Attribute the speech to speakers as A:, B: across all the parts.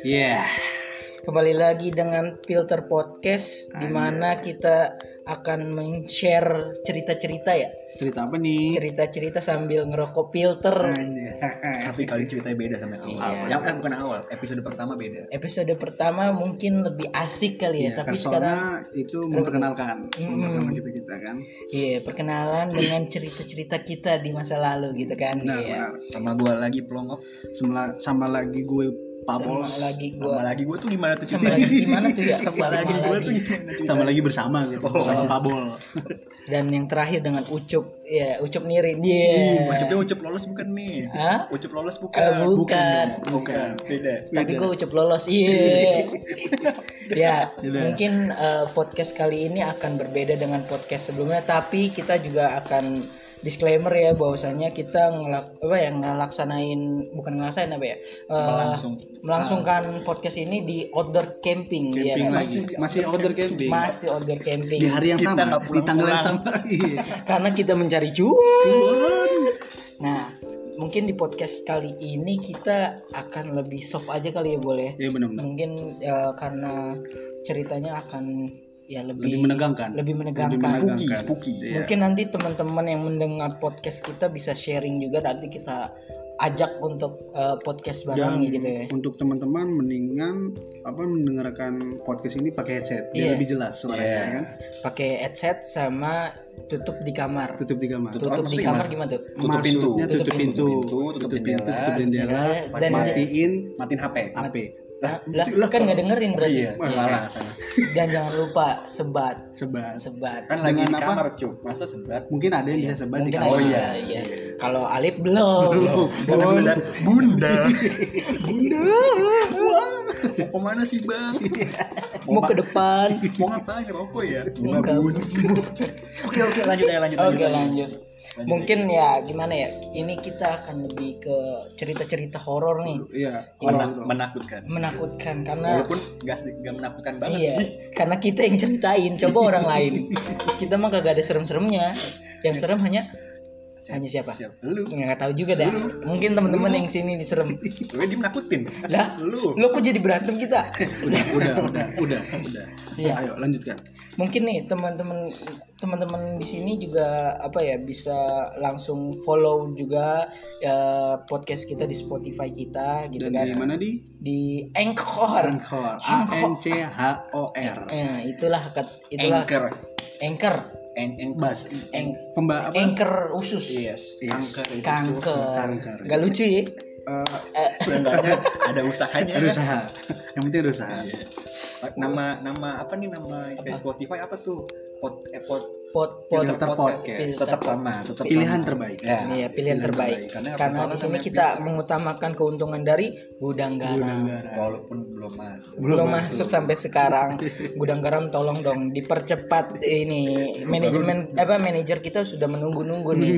A: Yeah.
B: Kembali lagi dengan Filter Podcast
A: Ah,
B: di
A: iya.
B: mana kita akan men-share cerita-cerita ya.
A: Cerita apa nih?
B: Cerita-cerita sambil ngerokok filter.
A: Anjay.
C: Tapi kali ini ceritanya beda sama yang awal.
B: Iya.
C: Yang eh, bukan awal, episode pertama beda.
B: Episode pertama mungkin lebih asik kali
A: Ya,
B: ya, tapi
A: Tapi
B: sekarang
A: itu memperkenalkan, memperkenalkan kita kita kan.
B: iya perkenalan dengan cerita-cerita kita di masa lalu gitu kan.
A: Benar,
B: Iya.
A: Nah, benar.
C: Sama gua lagi pelongok.
A: Sama, sama lagi gue
B: Sama
A: Pabos.
B: lagi
C: Sama
B: gua
C: lagi gua tuh gimana tuh?
B: sama lagi gimana tuh ya?
C: Sama lagi gua tuh gimana tuh?
A: Sama lagi bersama gitu. Sama Pabol.
B: Dan yang terakhir dengan Ucup, ya Ucup Nirin. Iya.
C: Ucapnya ucap lolos bukan nih?
B: Hah?
C: Ucap lolos bukan?
B: Eh, bukan.
C: Bukan. Beda.
B: Tapi gue ucap lolos, iya. ya, mungkin eh, podcast kali ini akan berbeda dengan podcast sebelumnya, tapi kita juga akan disclaimer ya bahwasanya kita ngelak apa ya ngelaksanain bukan ngelaksanain apa ya eh,
C: Melangsung.
B: melangsungkan podcast ini di outdoor camping, ya
A: Camping
B: kan?
A: lagi. Masih order camping.
B: masih outdoor
A: Di
B: camping
A: hari yang
C: Iya, Kita
A: sama,
C: nggak
A: di tanggal yang sama. Iya.
B: karena kita mencari cuan. Nah, mungkin di podcast kali ini kita akan lebih soft aja kali ya boleh.
A: Iya benar-benar.
B: mungkin ya, karena ceritanya akan ya lebih
A: Lebih menegangkan.
B: lebih menegangkan.
A: Lebih menegangkan.
C: Spooky, spooky.
A: Iya.
B: mungkin nanti teman-teman yang mendengar podcast kita bisa sharing juga nanti kita ajak untuk eh,
A: Iya.
B: podcast bareng
A: Dan
B: gitu ya
A: untuk teman-teman mendingan apa mendengarkan podcast ini pakai headset biar
B: Iya.
A: lebih jelas suaranya
C: Iya.
A: kan.
B: pakai headset sama tutup di kamar
A: Tutup di kamar.
B: tutup, di
C: maksudnya
B: kamar gimana tuh
C: Tutup pintu.
A: Maksudnya tutup,
B: Tutup
A: pintu,
C: Tutup pintu, tutup jendela.
A: tutup jendela, Iya.
B: Dan-
A: matiin
C: Matiin HP.
A: HP.
B: Nah, lah, kan nggak
A: Oh,
B: dengerin berarti
C: Iya,
A: Wah,
C: salah.
B: dan jangan lupa sebat
A: Sebat.
B: sebat
C: Kan lagi
A: Dengan
C: di
A: apa?
C: kamar, cuy. Masa sebat?
A: Mungkin ada yang bisa sebat di
B: mungkin
A: kamar. oh,
B: ada
C: iya.
B: bisa, iya. kalau Alif belum
C: Karena bunda, bunda.
A: Bunda.
C: Mau mana sih, Bang?
B: mau ke depan
C: Mau ngapain rokok ya? Oke, oke, lanjut ya, lanjut.
B: Oke
C: lanjut.
B: lanjut. Mungkin ya gimana ya? Ini kita akan lebih ke cerita-cerita horor nih,
A: Iya.
C: Menak- menakutkan.
B: menakutkan karena
C: Walaupun gak, gak menakutkan banget
B: iya,
C: sih.
B: karena kita yang ceritain, coba orang lain. Kita mah kagak ada serem-seremnya. Yang serem hanya hanya siapa?
C: Siap, lu.
B: Nggak tahu juga dah. Mungkin teman-teman yang sini diserem.
C: Lu aja menakutin.
B: Lah,
C: Lu.
B: lo kok jadi berantem kita?
A: Udah, udah, udah, udah, udah.
B: Iya.
A: Ayo lanjutkan.
B: mungkin nih teman-teman teman-teman di sini juga apa ya bisa langsung follow juga eh, podcast kita di Spotify kita gitu
A: Dan
B: kan
A: di mana di?
B: di Anchor.
A: Anchor. A N C H O R.
B: Nah, itulah ket- itulah
C: Anchor.
B: Anchor
C: En- en-
A: Bas.
B: Ang-
A: Pemba apa?
B: Anchor usus.
C: Yes.
A: Yes.
C: Angker Iya, itu.
B: Kanker.
A: Kanker.
B: Gak lucu ya?
A: Eh,
C: Seenggaknya ada usahanya.
A: ada usaha. Yang penting ada usaha.
C: Iya. Nama nama apa nih nama kayak Spotify apa tuh? Pot eh, pot
B: Pot pot
A: Filter podcast.
B: Filter
C: tetap sama, tetap
A: Pilihan
C: sama.
A: terbaik.
C: Ya.
B: Iya, pilihan terbaik.
C: terbaik. Karena apa
B: Karena
C: salah
B: di sini
C: sama
B: kita mengutamakan keuntungan dari gudang garam.
C: Iya. Walaupun belum masuk.
B: Belum masuk sampai sekarang. Gudang garam tolong dong dipercepat ini manajemen apa manajer kita sudah menunggu-nunggu nih.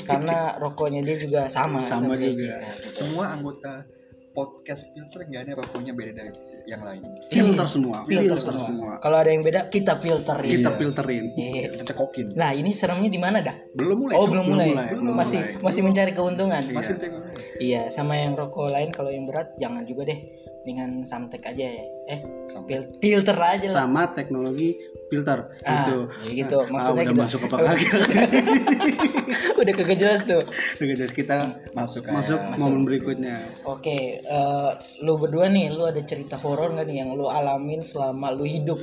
B: Karena rokoknya dia juga sama.
A: Sama
B: dia
A: juga.
C: Semua anggota podcast filter nggak ada rokoknya beda dari yang lain.
A: Filter semua.
B: Filter,
A: Filter
B: semua.
A: semua.
B: Kalau ada yang beda kita filterin.
A: Kita filterin.
B: Iya.
C: Kita cekokin.
B: Nah ini seremnya di mana dah?
C: Belum mulai.
B: Oh
C: Cuk.
B: belum mulai,
A: mulai, belum
B: masih
A: mulai.
B: masih mencari keuntungan.
C: Masih
B: Iya. sama yang rokok lain kalau yang berat jangan juga deh dengan samtek aja ya. Eh
C: sampai
B: fil- filter aja lah.
A: Sama teknologi filter
B: Ah,
A: gitu.
B: ya gitu.
A: ah,
B: Maksudnya
A: udah
B: gitu.
A: masuk apa kagak?
B: Udah kagak jelas tuh.
A: Udah, guys, kita
C: masuk kayak-
A: masuk momen berikutnya.
B: Oke, eh, lu berdua nih, lu ada cerita horor nggak nih yang lu alamin selama lu hidup?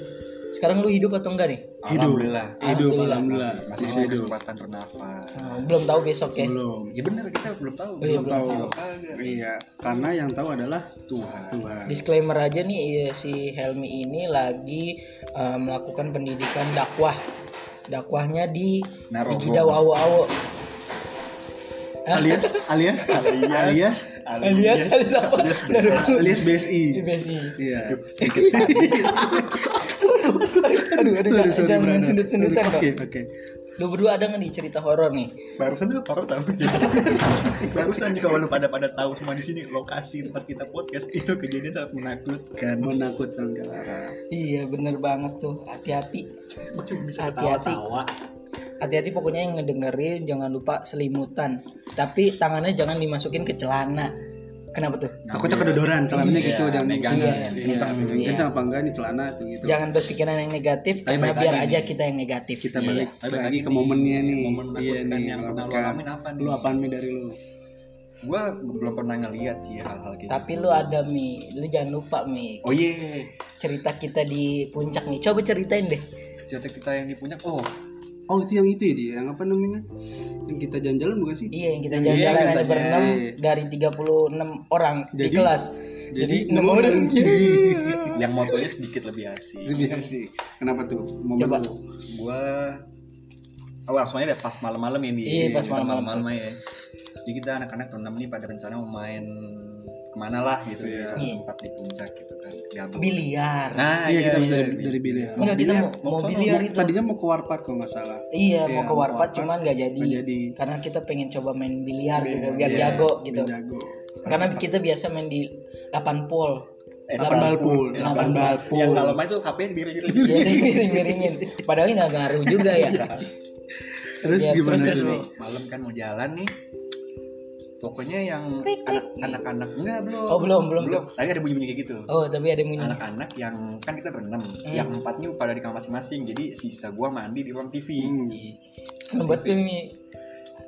B: Sekarang lu hidup atau enggak nih?
C: Alhamdulillah.
A: Hidup,
B: Alhamdulillah.
A: alhamdulillah.
C: Masih
A: Masih
C: ada
A: hidup.
C: kesempatan bernafas.
B: Eh, belum tahu besok ya.
A: Belum.
C: Ya bener kita belum tahu.
B: Iya,
C: Belum
B: belum
C: tahu.
A: tahu.
C: Kagak.
A: Iya, karena yang tahu adalah Tuhan. Tuhan.
B: Disclaimer aja nih eh, si Helmi ini lagi eh, melakukan pendidikan dakwah. Dakwahnya di
C: Narogong.
B: Igidau Awo Awo.
A: Alias, alias, alias,
B: Alias alias apa? Narogong.
A: alias BSI.
B: Besi.
A: Iya.
B: Aduh, aduh,
A: Sorry, sorry,
B: jangan
A: Brandon.
B: sundut-sundutan kok.
A: Oke, oke.
B: Lu berdua ada nggak nih cerita horor nih?
C: Barusan apa baru tahu. Barusan juga kalau pada pada tahu semua di sini lokasi tempat kita podcast itu kejadian sangat menakutkan.
A: Menakutkan ke arah.
B: Iya, bener banget tuh. Hati-hati.
C: Kok cuma bisa
B: Hati-hati.
C: ketawa-tawa?
B: Hati-hati pokoknya yang ngedengerin jangan lupa selimutan. tapi tangannya jangan dimasukin ke celana. Kenapa tuh?
A: takutnya kedodoran celananya
C: Iya,
A: gitu jangan
C: megang
A: mungkin
B: gitu.
A: kencang gitu
B: Iya.
A: kencang apa enggak nih celana tuh gitu
B: Jangan berpikiran yang negatif
C: Tapi
B: karena
C: baik
B: biar
C: lagi
B: aja
C: nih.
B: kita yang negatif.
A: kita
B: Iya.
A: balik
C: Tapi balik
A: lagi
C: lagi
A: ke
C: nih,
A: momennya nih
C: momen
A: iya
C: menakutkan
A: nih
C: yang pernah lo alamin apa nih?
A: lu apaan nih dari lu
C: Gue belum pernah ngeliat sih hal-hal kayak
B: Tapi
C: gitu.
B: lu ada Mi, lu jangan lupa Mi.
C: Oh iya,
B: Cerita kita di puncak Mi. Coba ceritain deh.
C: cerita kita yang di puncak. Oh,
A: oh itu yang itu ya dia yang apa namanya yang kita jalan-jalan bukan sih
B: Iya, yang kita
A: Yang dia
B: jalan-jalan ada
A: katanya.
B: berenam dari 36 orang di
A: Jadi-
B: kelas.
A: jadi
B: enam
A: nemu
B: orang.
C: yang motonya sedikit lebih asik.
A: lebih asik kenapa tuh momen
B: Coba.
A: lu
C: Gua oh, langsung aja deh pas malam-malam ini.
B: Iya, pas malam-malam
C: ya. Jadi kita anak-anak berenam nih pada rencana mau main kemana lah gitu
A: Iya.
C: ya,
B: Iya.
C: tempat di puncak gitu kan. Gabung.
B: Biliar.
C: Nah,
A: iya kita bisa dari dari biliar
B: Enggak kita
C: biliar,
B: mau, mau
C: mau sono.
B: biliar itu.
A: tadinya mau ke warpat kalau nggak salah
B: Iya,
A: Iya,
B: mau ke
A: mau
B: warpat
A: warpat,
B: cuman nggak jadi.
A: nggak jadi.
B: Karena kita pengen coba main biliar
A: Iya,
B: gitu biar
A: iya,
B: jago gitu.
A: jago
B: Karena kita biasa main di 8 pol.
C: Eh,
A: delapan balpul
B: Delapan
A: delapan
B: bal.
A: balpul
C: Yang gitu. kalau main tuh HP-nya miring-miring.
B: Jadi miring-miringin. Padahal nggak ngaruh juga ya.
A: terus
B: Iya,
A: gimana tuh
B: terus, terus.
C: malam kan mau jalan nih pokoknya yang
B: Krik, krik.
C: anak- anak-anak enggak belum
B: Oh, belum, belum,
C: tadi ada bunyi bunyi kayak gitu
B: Oh, tapi ada yang bunyi.
C: anak-anak yang kan kita berenam yang empatnya pada di kamar masing-masing jadi sisa gua mandi di ruang TV
A: Hmm.
B: Serem banget tuh Mi.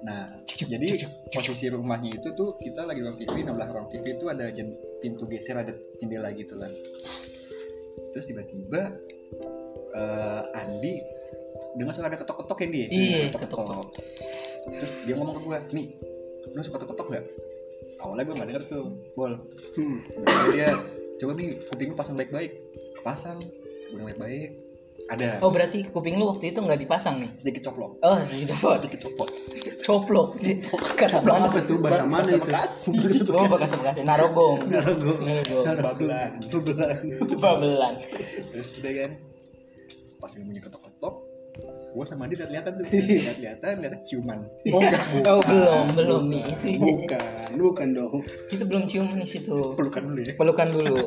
C: nah jadi posisi rumahnya itu tuh kita lagi di ruang TV nah belah ruang TV itu ada jen- pintu geser ada jendela gitu kan terus tiba-tiba eh, Andi dengar suara ada ketok-ketok yang dia Nah,
B: Iya,
C: ketok-ketok terus dia ngomong ke gue nih lu suka ketok-ketok gak awalnya gue gak denger tuh bol
A: Hmm.
C: Terus dia coba nih kuping lu pasang baik-baik pasang kuping baik-baik ada
B: Oh, berarti kuping lu waktu itu nggak dipasang nih.
C: sedikit coplok
B: Oh, sedot.
C: sedikit coplok
B: Coplok. Kata
A: Bahasa
B: bahasa
A: apa tuh bahasa mana itu
C: Bekasi.
B: Oh, bekas bekas narogong.
A: Narogong.
B: Narogong.
C: Babelan.
B: Babelan.
C: terus udah kan pas gue bunyi ketok-ketok gue sama dia udah kelihatan tuh udah kelihatan kelihatan ciuman
B: Oh, oh, belum, belum Mi. Itu ya.
A: bukan bukan dong
B: itu belum cium di situ.
C: pelukan dulu ya
B: pelukan dulu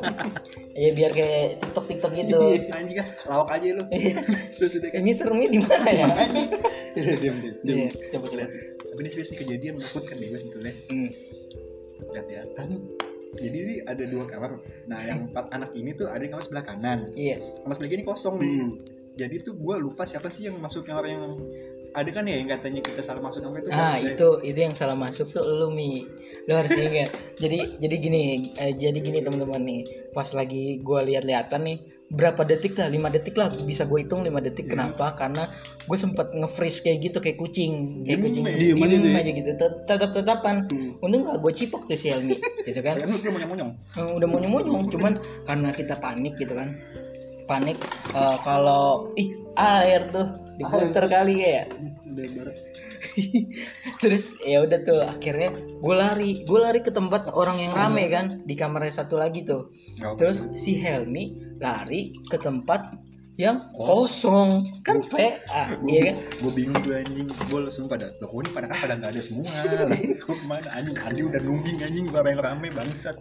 B: ya biar kayak tiktok tiktok gitu
A: Iya.
C: anjing kan lawak aja lu terus udah kan
B: ini serumnya di mana ya
A: diam diam diam
B: Iya, coba coba
C: tapi ini serius nih kejadian menakutkan nih gue sebetulnya
B: Hmm.
C: kelihatan jadi ini ada dua kamar nah yang empat anak ini tuh ada di kamar sebelah kanan
B: iya
C: kamar sebelah kiri kosong nih
A: Hmm.
C: jadi tuh gue lupa siapa sih yang masuk kamar yang ada kan ya yang katanya kita salah masuk kan? kamar itu
B: ah
C: Ada-
B: itu itu yang salah masuk tuh lu mi lu harus ingat jadi jadi gini eh, jadi gini teman-teman nih pas lagi gua lihat-lihatan nih berapa detik lah 5 detik lah bisa gue hitung 5 detik kenapa karena gue sempet nge-freeze kayak gitu kayak kucing kayak
C: Diem
B: kucing
C: aja.
A: Diem aja tuh ya.
B: aja gitu tetap tetapan untung gak gue cipok tuh si Helmi gitu kan
C: kan lu dia monyong-monyong
B: Eh, udah mau nyemonyong cuman karena kita panik gitu kan panik eh, kalau ih air tuh diputer kali ya
A: Udah barat.
B: terus ya udah tuh akhirnya gue lari gue lari ke tempat orang yang rame kan di kamarnya satu lagi tuh terus si Helmi lari ke tempat yang kosong kan PA iya kan
C: gue bingung tuh anjing gue langsung pada loh kok ini pada kan pada nggak ada semua lah gue kemana anjing Andi udah nungging anjing gue yang rame bangsat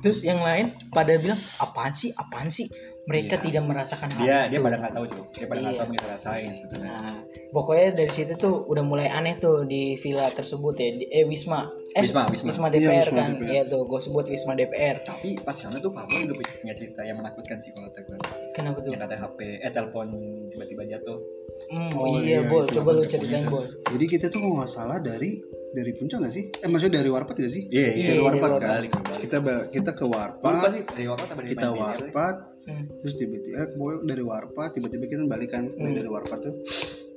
B: terus yang lain pada bilang apaan sih apaan sih mereka tidak merasakan hal
C: dia dia pada nggak tahu cuy dia pada nggak
B: Iya.
C: tahu yang kita rasain sebetulnya
B: Nah, pokoknya dari situ tuh udah mulai aneh tuh di villa tersebut ya, di, eh Wisma, eh
C: Wisma, Wisma.
A: Iya,
B: DPR
A: Wisma
B: kan,
A: DPR.
B: Iya tuh, gue sebut Wisma DPR.
C: tapi pas sana tuh Pablo udah punya cerita yang menakutkan sih kalau tegur
B: Kenapa tuh?
C: yang kata HP eh telepon tiba-tiba jatuh
B: Hmm,
A: Oh, iya,
B: iya, Bol,
A: itu
B: coba lu
C: namanya
B: ceritain
C: punya.
B: Bol.
A: Jadi kita tuh kalau nggak salah dari dari puncak nggak sih? Eh maksudnya dari warpat nggak sih?
C: iya
B: Iya,
A: dari warpat
B: dari
A: kan.
C: Warpat.
A: Kita ba- kita ke
C: Lu lupa
A: warpat,
C: sih dari waktu apa dari
A: kita
C: main biliar?
A: warpat,
B: Hmm.
A: terus tiba-tiba eh, pokoknya dari warpat tiba-tiba kita balikan
B: Hmm.
A: dari warpat tuh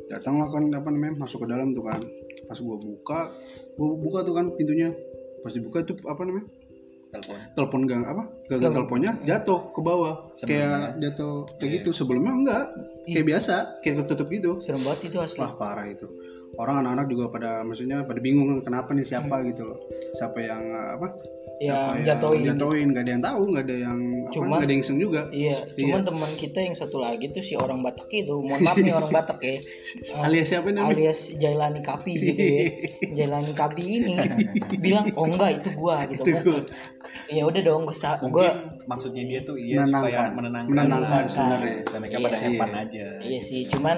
A: datang lah kan apa namanya masuk ke dalam tuh kan pas gua buka gua buka tuh kan pintunya pas dibuka tuh apa namanya
C: telepon
A: telepon gang apa gagang teleponnya jatuh ke bawah
C: Sebelumnya.
A: kayak jatuh kayak gitu sebelumnya enggak
B: Iya.
A: kayak biasa kayak tutup gitu
B: Serem banget itu asli.
A: Wah parah itu. Orang anak-anak juga pada maksudnya pada bingung kenapa nih
B: Hmm.
A: siapa gitu loh. Siapa yang apa?
B: yang
A: Kayak
B: jatuhin.
A: Jatuhin nggak ada yang tahu, nggak ada yang apa,
B: Cuma-
A: nggak ada yang iseng juga.
B: Iya, cuman teman kita yang satu lagi tuh si orang Batak itu, mohon maaf nih orang Batak ya, Eh,
A: Alias siapa namanya?
B: alias Jailani Kapi gitu ya, Jailani Kapi ini bilang oh enggak itu gua gitu
A: Itu
B: kan,
A: gua.
B: ya udah dong gue
C: mungkin maksudnya dia tuh iya supaya
A: Menenangkan.
C: menenangkan
A: Menenangkan
C: lah.
A: sebenarnya.
C: dan mereka
B: kan. Iya.
C: pada have fun aja
B: Iya sih, cuman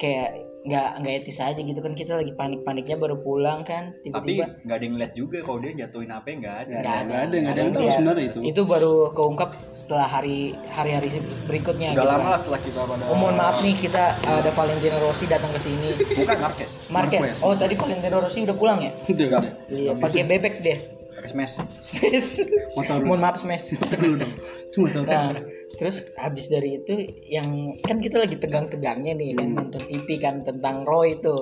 B: kayak nggak nggak etis aja gitu kan kita lagi panik-paniknya baru pulang kan
C: tapi
B: tiba-tiba
C: nggak ada yang lihat juga kalau dia jatuhin HP nggak ada
B: Nggak
A: nggak ada nggak ada yang
B: Nggak
A: tahu
B: ada.
A: sebenarnya itu
B: itu baru keungkap setelah hari hari-hari berikutnya
C: udah
B: gitu
C: lama
B: kan.
C: lah setelah kita pada
B: Oh, mohon maaf nih kita eh, ada Valentino Rossi datang ke sini.
C: bukan Marquez
B: Marquez. Oh tadi Valentino Rossi udah pulang ya?
A: udah nggak ada
B: Iya, pakai bebek dia.
C: Marquez Mes
B: Smash.
A: motor lu
B: Mohon maaf Smash.
A: motor lu dong cuma motor
B: Nah, terus habis dari itu yang kan kita lagi tegang-tegangnya nih
C: Hmm.
B: kan nonton TV kan tentang Roy itu.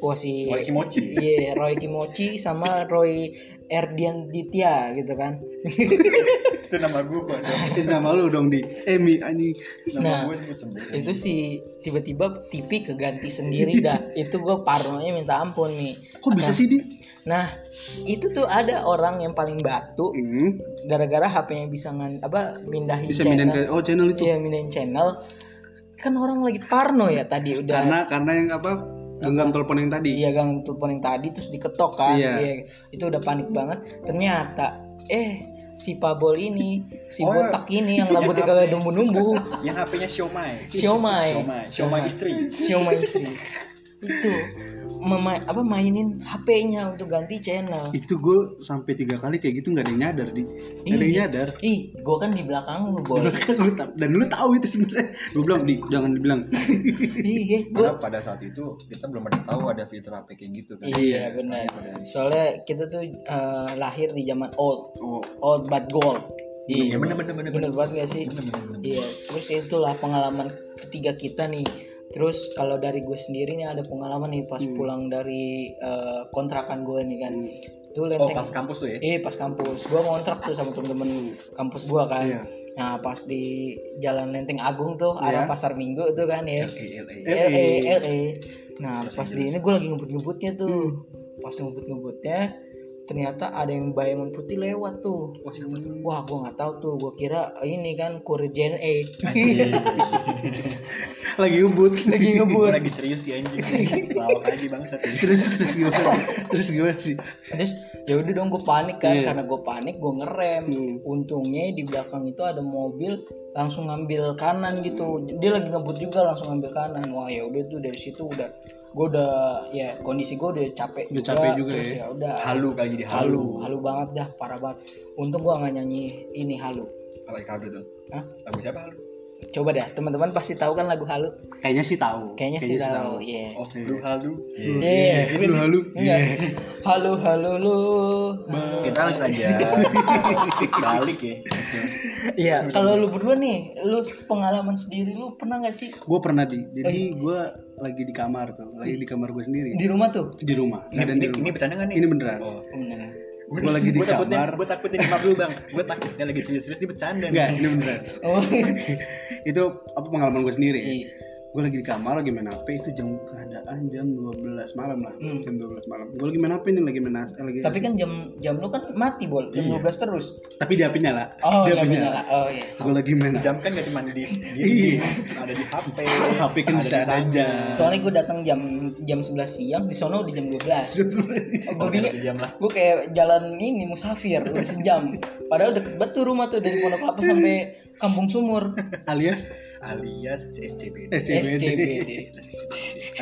B: Wah si
C: Roy Kimochi.
B: Iya, Roy Kimochi sama Roy Erdian Ditya gitu kan.
C: itu nama gue dong
A: itu nama lu dong di Emi anjing
C: nama
B: Nah,
C: gue sebut sebut
B: itu si tiba-tiba TV keganti sendiri dah. Itu gue parnonya minta ampun nih.
A: kok bisa sih di
B: Nah, itu tuh ada orang yang paling batu
A: Hmm,
B: gara-gara HP-nya bisa ngan apa mindahin
A: bisa pindahin
B: channel.
A: ke oh channel itu
B: Iya, mindahin channel. Kan orang lagi parno ya tadi udah
A: karena karena yang apa genggam telepon yang tadi
B: Iya gang telepon yang tadi terus diketok kan.
A: Iya.
B: Itu udah panik banget. Ternyata eh si Pabol ini, si
C: Oh,
B: botak ini yang rambutnya kagak numbu-numbu,
C: yang HP-nya Xiaomi
B: Siomay.
C: Xiaomi Xiaomi
A: Iya.
C: istri
B: siomay istri. Itu mema- apa mainin HP-nya untuk ganti channel.
A: itu gue sampai tiga kali kayak gitu nggak ada yang nyadar di nggak ada yang
B: Iya.
A: nyadar
B: Ih, gua kan di belakang lu, Bol.
A: Bahkan lu ta- dan lu tahu itu sebenarnya gue bilang di jangan dibilang
B: Iya, gua
C: karena pada saat itu kita belum ada tahu ada fitur HP kayak gitu kan
B: Iya benar. Soalnya kita tuh eh, lahir di zaman old,
A: oh
B: old but gold.
C: ya
B: Iya.
C: bener bener bener
B: Bener banget gak sih?
C: bener, bener.
B: Iya. Terus itulah pengalaman ketiga kita nih. Terus kalau dari gue sendiri nih ada pengalaman nih
C: Hmm.
B: pas pulang dari eh, kontrakan gue nih kan. Itu
C: oh
B: lenteng.
C: pas
A: gitu.
C: kampus
A: Iya.
C: tuh ya
B: Eh pas kampus, gue ngontrak tuh sama temen-temen
C: Hmm.
B: kampus gue kan.
A: Iya.
B: Nah pas di Jalan Lenteng Agung tuh arah
A: Iya.
B: pasar Minggu tuh kan
C: Iya.
B: ya.
C: LA
A: E.
B: LA, LA. E, Nah, pas di ini gue lagi ngebut-ngebutnya
A: Hmm.
B: tuh. Pas ngebut-ngebutnya ternyata ada yang bayangan putih lewat tuh.
C: wah siapa tuh
B: Wah, gue nggak tahu tuh. Gue kira ini kan kurir Gen A.
A: lagi ngebut
B: lagi
C: gue
B: ngebut.
C: lagi serius sih anjing lawak aja bangsat ini.
A: terus terus gimana terus gimana sih
B: Terus ya udah dong gue panik kan
A: Iya. Hmm.
B: karena gue panik gue ngerem. Untungnya di belakang itu ada mobil langsung ngambil kanan gitu. Dia lagi ngebut juga langsung ngambil kanan. Wah, ya udah tuh dari situ udah gue udah ya kondisi gue udah capek
A: Udah capek juga
B: terus
A: ya.
B: ya udah
C: halu kali jadi halu
B: halu halu banget dah parah banget untung gua nggak nyanyi ini halu
C: apa yang kado tuh
B: Hah?
C: lagu siapa halu
B: coba dah teman-teman pasti tahu kan lagu halu
A: kayaknya sih tahu
B: kayaknya sih tahu iya
C: oh lu halu
B: Iya.
A: lu halu
B: Enggak. halu halu lu
C: kita lanjut aja balik ya
B: iya kalau lu berdua nih lu pengalaman sendiri lu pernah nggak sih
A: gue pernah di
B: Oh,
A: jadi
B: iya.
A: gue lagi di kamar tuh lagi di kamar gue sendiri
B: di rumah tuh
A: di rumah nggak ada
C: ini,
A: di rumah
C: ini bercanda nggak nih
A: ini beneran
C: Oh.
B: bener
A: gue lagi di
C: Gua takutnya,
A: kamar
C: gue takutnya di lu bang gue takutnya lagi serius-serius dia bercanda nih
A: enggak ini beneran
B: oh
A: itu apa pengalaman gue sendiri
B: Iya.
A: gue lagi di kamar lagi main HP itu jam keadaan jam 12 malam lah
B: Hmm.
A: jam 12 malam gue lagi main HP nih lagi main as- eh, lagi
B: tapi kan jam jam lu kan mati bol jam 12 terus
A: tapi di HP nyala
B: oh
A: di
B: iya
A: HP
B: bener
A: nyala
B: oh iya
A: gue lagi main HP
C: jam kan gak cuma di di-
A: Iya.
C: ada di HP
A: HP kan bisa ada jam
B: soalnya gue datang jam jam 11 siang di sono udah jam 12 gue
C: Ada
B: bingung
C: di jam lah
B: gue kayak jalan ini musafir udah sejam padahal deket banget tuh rumah tuh dari Pondok Kelapa sampai Kampung Sumur
A: alias
C: alias SCB
A: SCBD
B: SCBD Eh,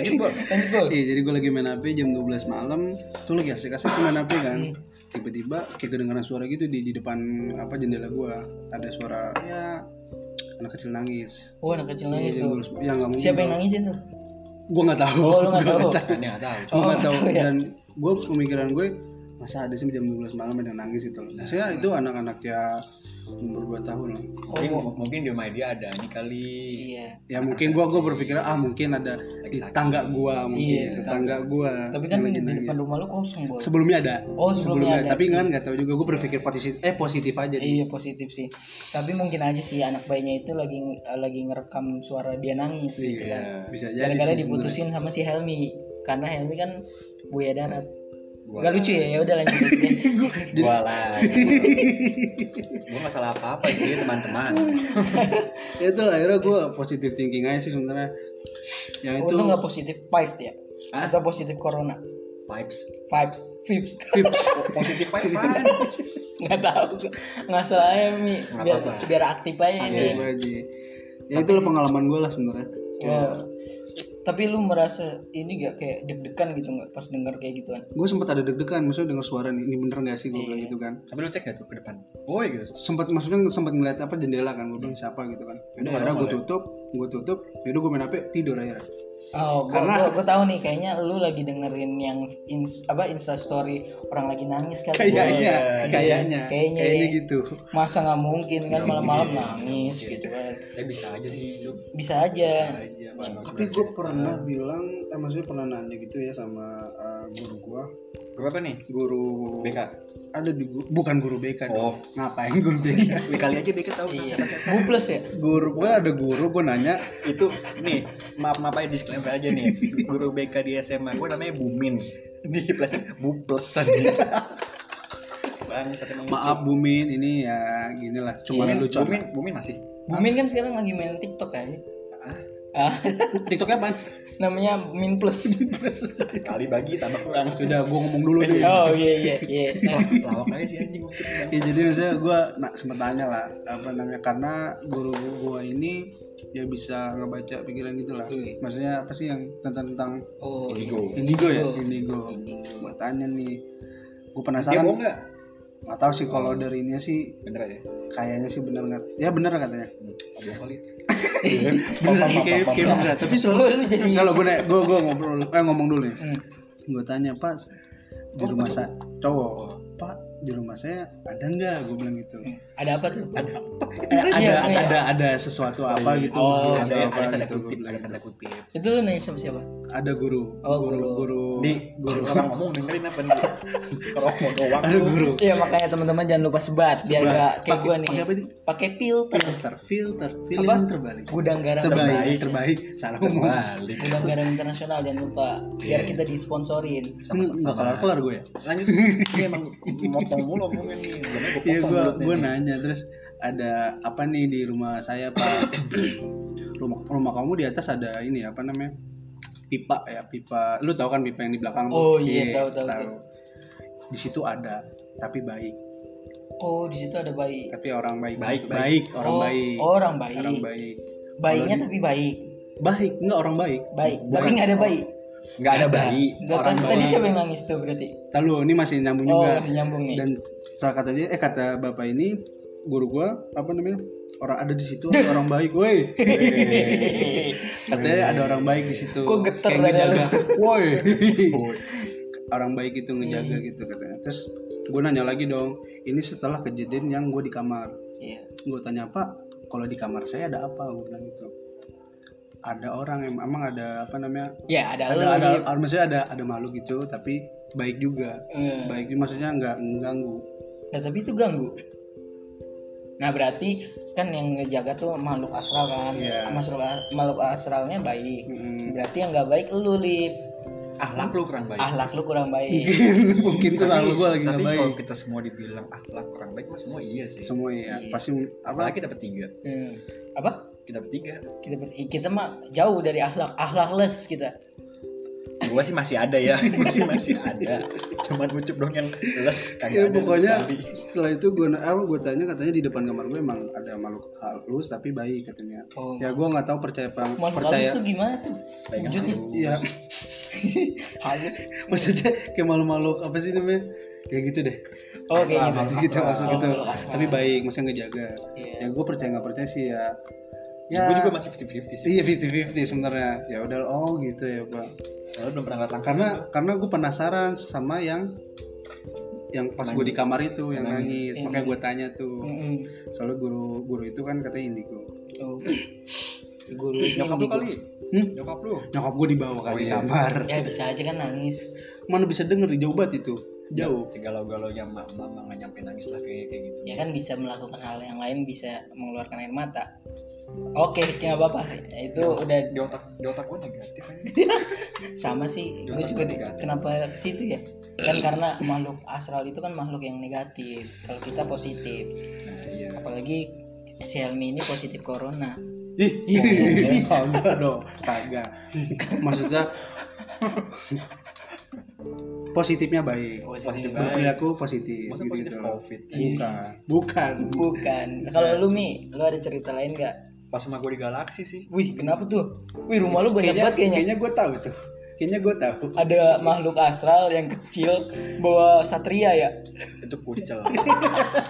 C: lanjut bro
B: lanjut Bol.
A: Iya, jadi gue lagi main HP jam 12 malam, tuh lagi asik-asik tuh main HP kan. Tiba-tiba kayak kedengaran suara gitu di, di depan apa jendela gue. Ada suara ya anak kecil nangis.
B: oh anak kecil nangis
A: Jam
B: tuh
A: 12 ya nggak mungkin.
B: siapa yang nangisin tuh
A: Gue nggak tahu.
B: oh lu nggak tahu
C: ini nggak tahu
A: Gue
B: Oh,
A: nggak tahu.
B: nggak tahu ya.
A: Dan gue pemikiran gue masa ada sih jam 12 malam ada yang nangis gitu loh.
B: Nah.
A: Saya itu anak-anak ya umur 2 tahun lah.
C: mungkin mungkin di rumah dia ada ini kali
B: Oh, iya
A: Ya mungkin gue gue berpikir ah mungkin ada di tangga gue mungkin
B: Iya,
A: tetangga gue.
B: tapi kan di depan rumah lu kosong bol
A: gitu. sebelumnya ada
B: Oh, sebelumnya ada.
A: tapi kan nggak tahu juga gue berpikir positif eh positif aja deh.
B: iya positif sih tapi mungkin aja sih anak bayinya itu lagi lagi ngerekam suara dia nangis gitu kan
A: Iya, bisa jadi
B: gara-gara
A: sih sebenarnya.
B: diputusin sama si Helmi karena Helmi kan buaya darat
C: Buaya.
B: Gak lucu ya ya udah lanjut aja.
C: gua lah gua nggak salah apa apa sih teman-teman
A: ya itu lah akhirnya gue positif thinking aja sih sebenarnya ya itu
B: untung nggak positif vibes ya atau positif corona
C: vibes
B: vibes vibes
A: tips
C: positif vibes
B: nggak tahu nggak salah ya mi biar
C: apa-apa.
B: biar aktif aja
A: ya,
B: ini
A: gua aja. ya itulah pengalaman gue lah sebenarnya
B: Ya. Tapi lu merasa ini gak kayak deg-degan gitu nggak pas denger kayak gituan?
A: gue sempat ada deg-degan maksudnya denger suara nih, ini bener gak sih gue bilang
B: Iya.
A: gitu kan
C: Tapi lu cek gak tuh ke depan? Boy gitu.
A: sempat maksudnya sempat ngeliat apa jendela kan gue bilang siapa gitu kan yaudah
B: Iya,
A: akhirnya gue
C: normal ya.
A: tutup gue tutup yaudah gue main HP tidur akhirnya
B: Oh, gua,
A: Karena-
B: gua, gua tahu nih kayaknya lu lagi dengerin yang ins- apa Insta story orang lagi nangis kali.
A: kayaknya
B: Boy.
A: kayaknya
B: Iya, Kayaknya. iya.
A: kayaknya gitu
B: Masa nggak mungkin kan
C: Nggak
B: malam-malam
C: mungkin.
B: nangis
C: Nggak
B: gitu kan.
C: Tapi bisa aja sih, Cuk. Iya,
B: Bisa aja.
C: aja. Bang.
A: tapi gue pernah bilang eh, maksudnya pernah nanya gitu ya sama eh, guru gue
C: Gua apa nih?
A: guru
C: BK.
A: ada di gu- bukan guru BK
C: Oh.
A: dong ngapain guru BK
C: Ya, kali aja BK tahu
B: Iya.
C: kan.
B: Bu plus ya.
A: guru gue ada guru gue nanya
C: Itu nih, maaf maaf aja disclaimer aja nih. Guru BK di SMA gua namanya Bumin. Di plesan Buplesan. Bang, satu emang
A: maaf Bumin ini ya gini lah cuma
B: Iya,
A: lucu
C: Bumin, Bumin masih.
B: Bumin kan sekarang lagi main TikTok aja. Ah,
A: TikToknya apaan?
B: namanya Min Plus.
C: Kali bagi tambah kurang.
A: Udah gue ngomong dulu deh
B: Oh iya iya iya. Nah,
C: Lawak aja sih anjing waktu itu.
A: ya jadi maksudnya gue nak sempet tanya lah apa namanya karena guru gue ini dia bisa ngebaca pikiran gitu lah
B: Iya.
A: maksudnya apa sih yang tentang tentang
B: Oh.
C: Indigo.
A: indigo ya
B: Indigo.
A: indigo
B: Indigo.
A: gue tanya nih gue
C: Dia
A: penasaran
C: bohong enggak?
A: nggak tahu sih kalau dari ini sih
C: Bener aja.
A: kayaknya sih bener nggak ya bener katanya
C: Bohong kali.
A: bener sih kayak kayak bener tapi soalnya
B: Lu jadi
A: kalau gue gue gue ngobrol eh ngomong dulu nih
B: Hmm.
A: gue tanya pak di
C: Oh,
A: rumah
C: cowok.
A: saya cowok pak di rumah saya ada nggak gue bilang gitu
B: Ada apa tuh? Ada
A: ada ada
B: aja, iya.
A: ada, ada sesuatu apa gitu
B: Oh,
A: ada
C: Ada
A: apa
C: ada tanda
A: gitu gue
C: kutip,
A: bilang
C: ada tanda
A: gitu.
C: kutip.
B: Itu lu nanya sama siapa?
A: ada guru
B: Oh,
A: guru
B: guru.
A: guru
C: Di
A: guru
C: orang ngomong dengerin apa nih? Rokok doang.
A: ada guru
B: Iya makanya teman-teman jangan lupa sebat biar
A: Sebat.
B: gak kayak
A: Pakai-
B: gue
A: pakai apa
B: nih.
A: nih?
B: Pakai filter.
A: filter filter film
B: Apa?
A: terbalik
B: Gudang garam
A: terbaik iya,
B: terbaik.
A: terbaik salah ngomong
C: Terbalik.
B: Gudang garam internasional jangan lupa biar kita disponsorin.
A: Hmm, nggak kelar kelar gue ya
C: Lanjut. Ini emang motong mulu ngomongin nih. Jangan gua
A: iya
C: potong
A: gue
C: mulutnya
A: gue
C: nih.
A: nanya terus ada apa nih di rumah saya pak rumah rumah kamu di atas ada ini apa namanya pipa ya pipa lu tahu kan pipa yang di belakang tuh?
B: Oh, iya, tahu, tahu,
A: di situ ada tapi baik
B: Oh di situ ada bayi.
A: tapi orang baik
C: Baik,
A: baik, orang
B: oh,
A: baik
B: Orang bayi.
A: orang baik
B: Bayinya
A: Kalau
B: tapi bayi.
A: baik enggak orang baik
B: Baik.
A: Bukan.
B: Tapi nggak ada bayi.
C: Nggak ada bayi.
B: Nggak,
A: Orang
B: tadi, tadi
A: bayi.
B: siapa yang nangis tuh berarti?
A: Lalu ini masih nyambung
B: Oh
A: juga
B: masih nyambung nih.
A: dan salah kata dia eh kata bapak ini guru gua apa namanya orang ada di situ ada orang baik woi katanya ada orang baik di situ
B: Kok geter
A: Kayak
B: dada lu?
A: ngejaga woi orang baik itu ngejaga gitu katanya terus gue nanya lagi dong ini setelah kejadian yang gue di kamar
B: Iya.
A: gue tanya pak kalau di kamar saya ada apa gue bilang gitu ada orang em- emang ada apa namanya
B: Ya ada
A: ada
B: lu.
A: ada,
B: lagi.
A: ada maksudnya ada ada makhluk gitu tapi baik juga
B: Eh,
A: baik maksudnya nggak mengganggu
B: Nah tapi itu ganggu. Nah berarti kan yang ngejaga tuh makhluk astral kan.
A: Iya.
B: Makhluk makhluk astralnya baik.
A: Mm.
B: Berarti yang nggak baik lu lip.
C: Ahlak lu kurang baik.
B: Ahlak lu kurang baik.
A: Ah, mungkin tuh
C: Tapi-
A: kalau gue lagi nggak
C: tapi
A: baik
C: kalau kita semua dibilang akhlak kurang baik mah semua iya sih
A: semua ya
B: Iya.
A: pasti apa
C: apalagi kita bertiga
B: Hmm. Apa?
C: kita bertiga
B: Kita ber- kita mah jauh dari ahlak, ahlakless kita.
C: gua sih masih ada ya masih masih ada cuman ucup dong yang
A: ya
C: les kagak ada
A: pokoknya
C: sama sekali.
A: setelah itu gue apa gue tanya katanya di depan kamar gue emang ada makhluk halus tapi baik katanya
B: Oh.
A: ya gue nggak tahu percaya apa
B: Makhluk
A: percaya
B: halus tuh gimana tuh?
C: Pengen
B: Wujudnya
C: halus.
A: ya
B: halus.
A: maksudnya kayak makhluk-makhluk apa sih namanya kayak gitu deh
B: Oh kayak
A: Nah,
B: gitu.
A: gitu maksud gitu
B: makhluk astral.
A: tapi baik maksudnya ngejaga
B: ya. Iya.
A: ya gue percaya nggak percaya sih ya
C: ya. gua juga masih 50-50 sih
A: Iya 50-50 sebenarnya. Ya udah oh gitu ya, Pak.
C: soalnya belum pernah ngeliat langsung
A: Karena karena gue penasaran sama yang yang pas gue di kamar itu yang nangis,
B: Iya.
A: makanya gue tanya tuh.
B: Mm-mm.
A: Soalnya guru guru itu kan katanya indigo.
B: Oh. Guru ini
C: nyokap lu
B: Iya, indigo.
C: kali
A: Hmm?
C: nyokap lu
A: Nyokap gue dibawa kan
C: Oh,
A: di
C: iya.
A: kamar.
B: Ya bisa aja kan nangis.
A: Mana bisa denger di jauh banget itu.
B: Iya.
A: Jauh.
C: segalau-galaunya mak mama nggak nyampe nangis lah kayak kayak gitu
B: ya kan bisa melakukan hal yang lain bisa mengeluarkan air mata oke ya nggak apa-apa itu udah
C: di otak di otak gua negatif aja
B: sama sih gue
C: Jangan
B: juga di-
C: negatif.
B: kenapa ke situ ya kan karena makhluk astral itu kan makhluk yang negatif kalau kita positif
C: nah iya
B: apalagi si Helmi ini positif corona
A: Ih,
B: iya,
A: Iya, kagak dong, kagak. Maksudnya positifnya baik.
B: positif
C: Baik.
A: Berperilaku positif
C: masa positif
A: gitu.
C: covid
A: Bukan. Bukan.
B: bukan kalau lu mi lu ada cerita lain nggak
C: pas rumah gue di galaksi sih
B: Wih, kenapa tuh? Wih, rumah lu banyak
A: kayaknya
B: banget kayaknya.
A: kayaknya gue tahu tuh kayaknya gue tahu
B: Ada makhluk astral yang kecil bawa satria ya.
C: itu kucel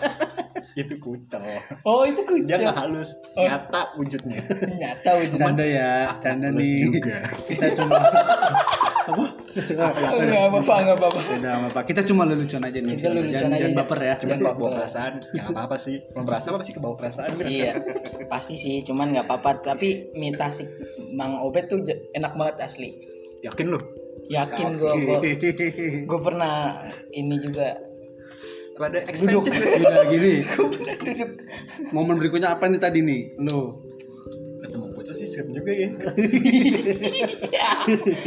C: itu kucel
B: Oh, itu
C: dia nggak
B: kucel.
C: halus
B: Oh.
C: nyata wujudnya
B: Ternyata wujudnya.
A: canda ya canda
C: Halus
A: nih
C: juga
A: kita cuma apa
B: Enggak apa-apa, enggak apa-apa.
A: Beda sama Pak. Kita cuma lelucon aja nih.
B: Kita lelucon
A: jangan,
B: aja,
A: jangan
B: ya.
A: baper ya.
B: Jangan
C: Bawa- bawa
B: baper.
C: perasaan ya apa apa sih belum perasaan apa sih ke bawah perasaan
B: Iya, pasti sih, cuman nggak apa-apa. Tapi mie tasik Mang Obet tuh j- enak banget asli.
C: yakin lu
B: Yakin gue, gue, gue pernah ini juga
C: pada
B: Duduk.
C: expensive
A: Udah gini.
B: duduk.
A: Momen berikutnya apa nih tadi nih? Lo.
C: ketemu putus sih serem juga ya
B: Makanya,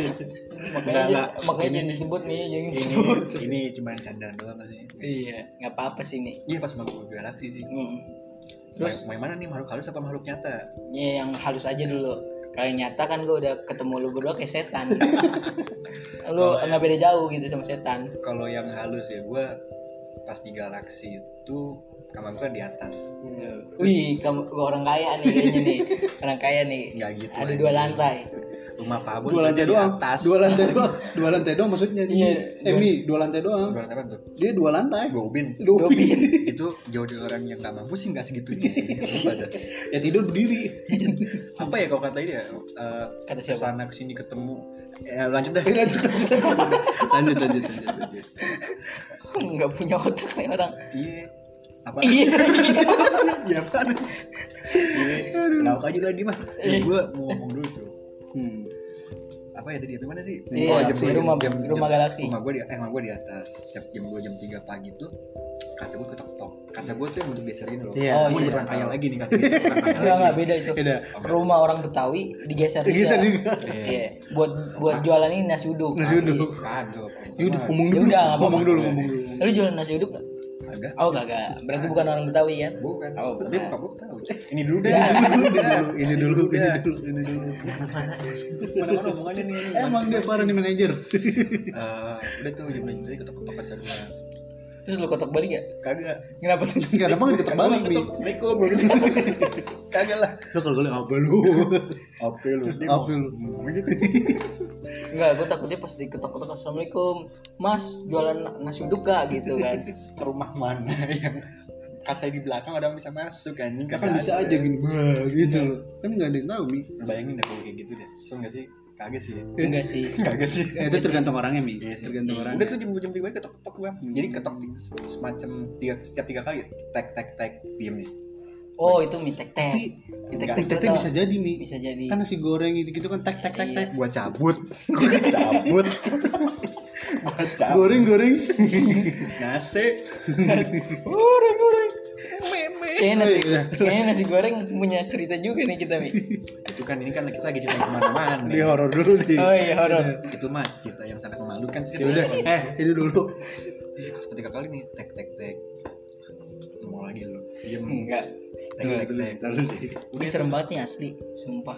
C: Enggak,
B: j-
C: enggak.
B: makanya
C: Ini-
B: jangan disebut nih, jangan
C: ini
B: disebut.
C: ini cuma candaan doang sih
B: Iya, nggak apa-apa sih nih.
C: iya pas mau gue galaksi sih
B: Hmm.
C: terus mau yang mana nih makhluk halus apa makhluk nyata
B: Ya, yang halus aja dulu. Kalau yang nyata kan gue udah ketemu lu berdua kayak setan. lu nggak beda jauh gitu sama setan.
C: kalau yang halus ya gue pas di galaksi itu kamar gue kan di atas
A: Iya.
B: Wih, kamu gua orang kaya nih kayaknya nih. Orang kaya nih.
C: Nggak gitu,
B: Ada
C: anjing.
B: dua lantai.
C: rumah Pak Abon
A: Dua lantai
C: berarti di
A: doang.
C: atas
A: Dua lantai doang. Dua lantai doang maksudnya.
B: Iya.
A: Eh Mi, dua lantai doang.
C: dua lantai apa tuh
A: Dia dua lantai.
C: Dua ubin
A: Dua pintu.
C: itu jauh dari orang yang gak mampu sih nggak segitunya Sumpah dah.
A: Ya tidur berdiri.
C: apa ya kalau kata dia eh,
B: Kata siapa?
C: kesana kesini ketemu eh, lanjut deh
A: Eh, lanjut, lanjut, lanjut. lanjut, lanjut, lanjut, lanjut.
B: Nggak punya otak nih orang.
C: iya apa
B: Iya.
C: ya apa lauk Iya. aja lagi mah
B: Iya.
C: gue mau ngomong dulu tuh
A: Hmm.
C: apa ya tadi di mana sih
B: Iya, di rumah- di rumah Galaxy.
C: rumah gue di eh rumah gue di atas jam jam dua jam tiga pagi tuh kaca gue ketok ketok kaca gue tuh yang bentuk geser gini loh
A: Iya,
B: Oh,
C: gue
B: iya.
C: bukan kaya lagi nih kaca gini, bukan kaya
B: Enggak, enggak
C: lagi.
B: beda itu.
A: Beda.
B: Rumah orang Betawi digeser
A: Digeser juga.
B: Iya. Buat buat jualan ini nasi uduk.
A: Nasi uduk.
C: kagak
A: Yaudah, ngomong
B: Ya
A: dulu.
B: udah, nggak
A: ngomong
B: apa-apa.
A: dulu, ngomong dulu.
B: Lu jualan nasi uduk nggak?
C: kagak
B: Oh, kagak. Berarti bukan orang Betawi ya?
C: bukan
B: Oh,
C: tapi
B: bukan.
C: bokap gue tahu ini dulu deh
B: Ya,
C: ini dulu
A: Ini
C: dah.
A: dulu, Iya. ini dulu, ini
C: dah.
A: dulu, ini dulu.
C: mana mana omongannya nih
A: Emang dia parah nih manajer.
C: Eh, udah tuh jam jam ketok ketok kaca gue
B: Terus lu kotak balik ya?
C: kagak
B: Kenapa tuh?
A: Enggak ada banget diketok balik Mi.
C: Assalamualaikum kagak lah
A: Lo kalau gak apa lu?
C: apa lu Dia
A: Apa
C: mau-
A: lu?
C: mau gitu
B: Enggak, gue takutnya pas diketok-ketok Assalamualaikum Mas, jualan na- nasi uduk gak gitu kan
C: ke rumah mana yang kaca di belakang ada yang bisa masuk anjing
A: Kan
C: kagak
A: bisa
C: ada.
A: aja gini, wah gitu loh. Kan gak ada yang tahu Mi.
C: Lu bayangin dah kalau kayak gitu deh so enggak sih kagak sih
B: Enggak sih
C: kagak sih
A: Eh, itu tergantung orangnya mi,
C: Iya sih.
A: tergantung
C: udah
A: orangnya.
C: tuh jam jam tiga ketok ketok bang jadi ketok di- semacam tiga setiap tiga kali ya. tek tek tek diem nih
B: Oh, itu mie tek-tek
A: Tapi
B: Mie
C: enggak,
B: tek-tek
A: tek
B: tuh
A: bisa jadi mi,
B: bisa jadi
A: kan nasi goreng gitu gitu kan tek tek tek
B: Iya.
A: tek.
C: gua cabut gua cabut gua cabut
A: Goreng goreng.
C: nasi Eh,
B: Goreng, goreng Kayaknya nasi,
A: Iya.
B: kayaknya nasi goreng punya cerita juga nih kita, Mi
C: itu kan ini kan kita lagi cerita kemana-mana
A: Di horor dulu di.
B: Oh iya, horor
C: itu mah cerita yang sangat memalukan sih
A: Yaudah, eh ini dulu.
C: seperti tiga kali nih tek tek tek ngomong lagi lu diem
B: Enggak
C: tek tek tek
B: Ini serem banget nih asli, sumpah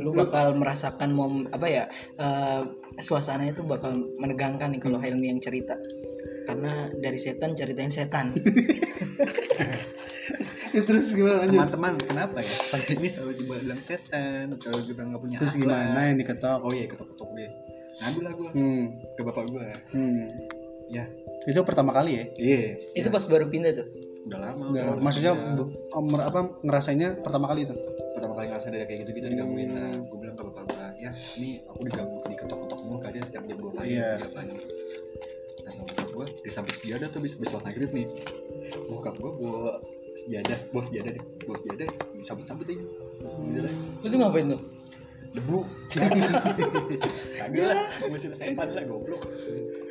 B: Lu bakal merasakan mom, apa ya eh, Suasananya tuh bakal menegangkan nih kalau Helmi yang cerita Karena dari setan ceritain setan
A: Ya, terus gimana lanjut?
C: teman-teman kenapa ya sakit ini selalu dibilang setan selalu dibilang nggak punya
A: Terus
C: akhlak.
A: gimana yang diketok?
C: oh iya ketok ketok gue ngadu lah gue
A: Hmm,
C: ke bapak gue
A: hmm.
C: ya
A: Itu pertama kali ya?
C: iya
B: Itu pas baru pindah tuh
C: udah lama
A: Enggak,
C: udah
A: maksudnya
B: ya.
C: lama.
A: bu- om- apa ngerasainnya pertama kali itu?
C: pertama kali ngerasa ada kayak gitu gitu digangguin lah gue bilang ke bapak gue ya ini aku diganggu diketok ketok mulu aja setiap jam dua pagi
A: Iya.
C: tiga pagi nah sama bokap gue disamping sejadah tuh bis besok maghrib nih bokap gue bawa sejadah bawa sejadah deh bawa sejadah disambut sambut aja Sejadah.
B: Lu tuh ngapain tuh?
C: debu kagak lah musim setan lah goblok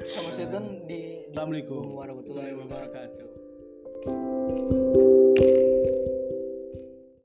B: sama setan di
A: Assalamualaikum
B: warahmatullahi wabarakatuh
A: wabarakatuh.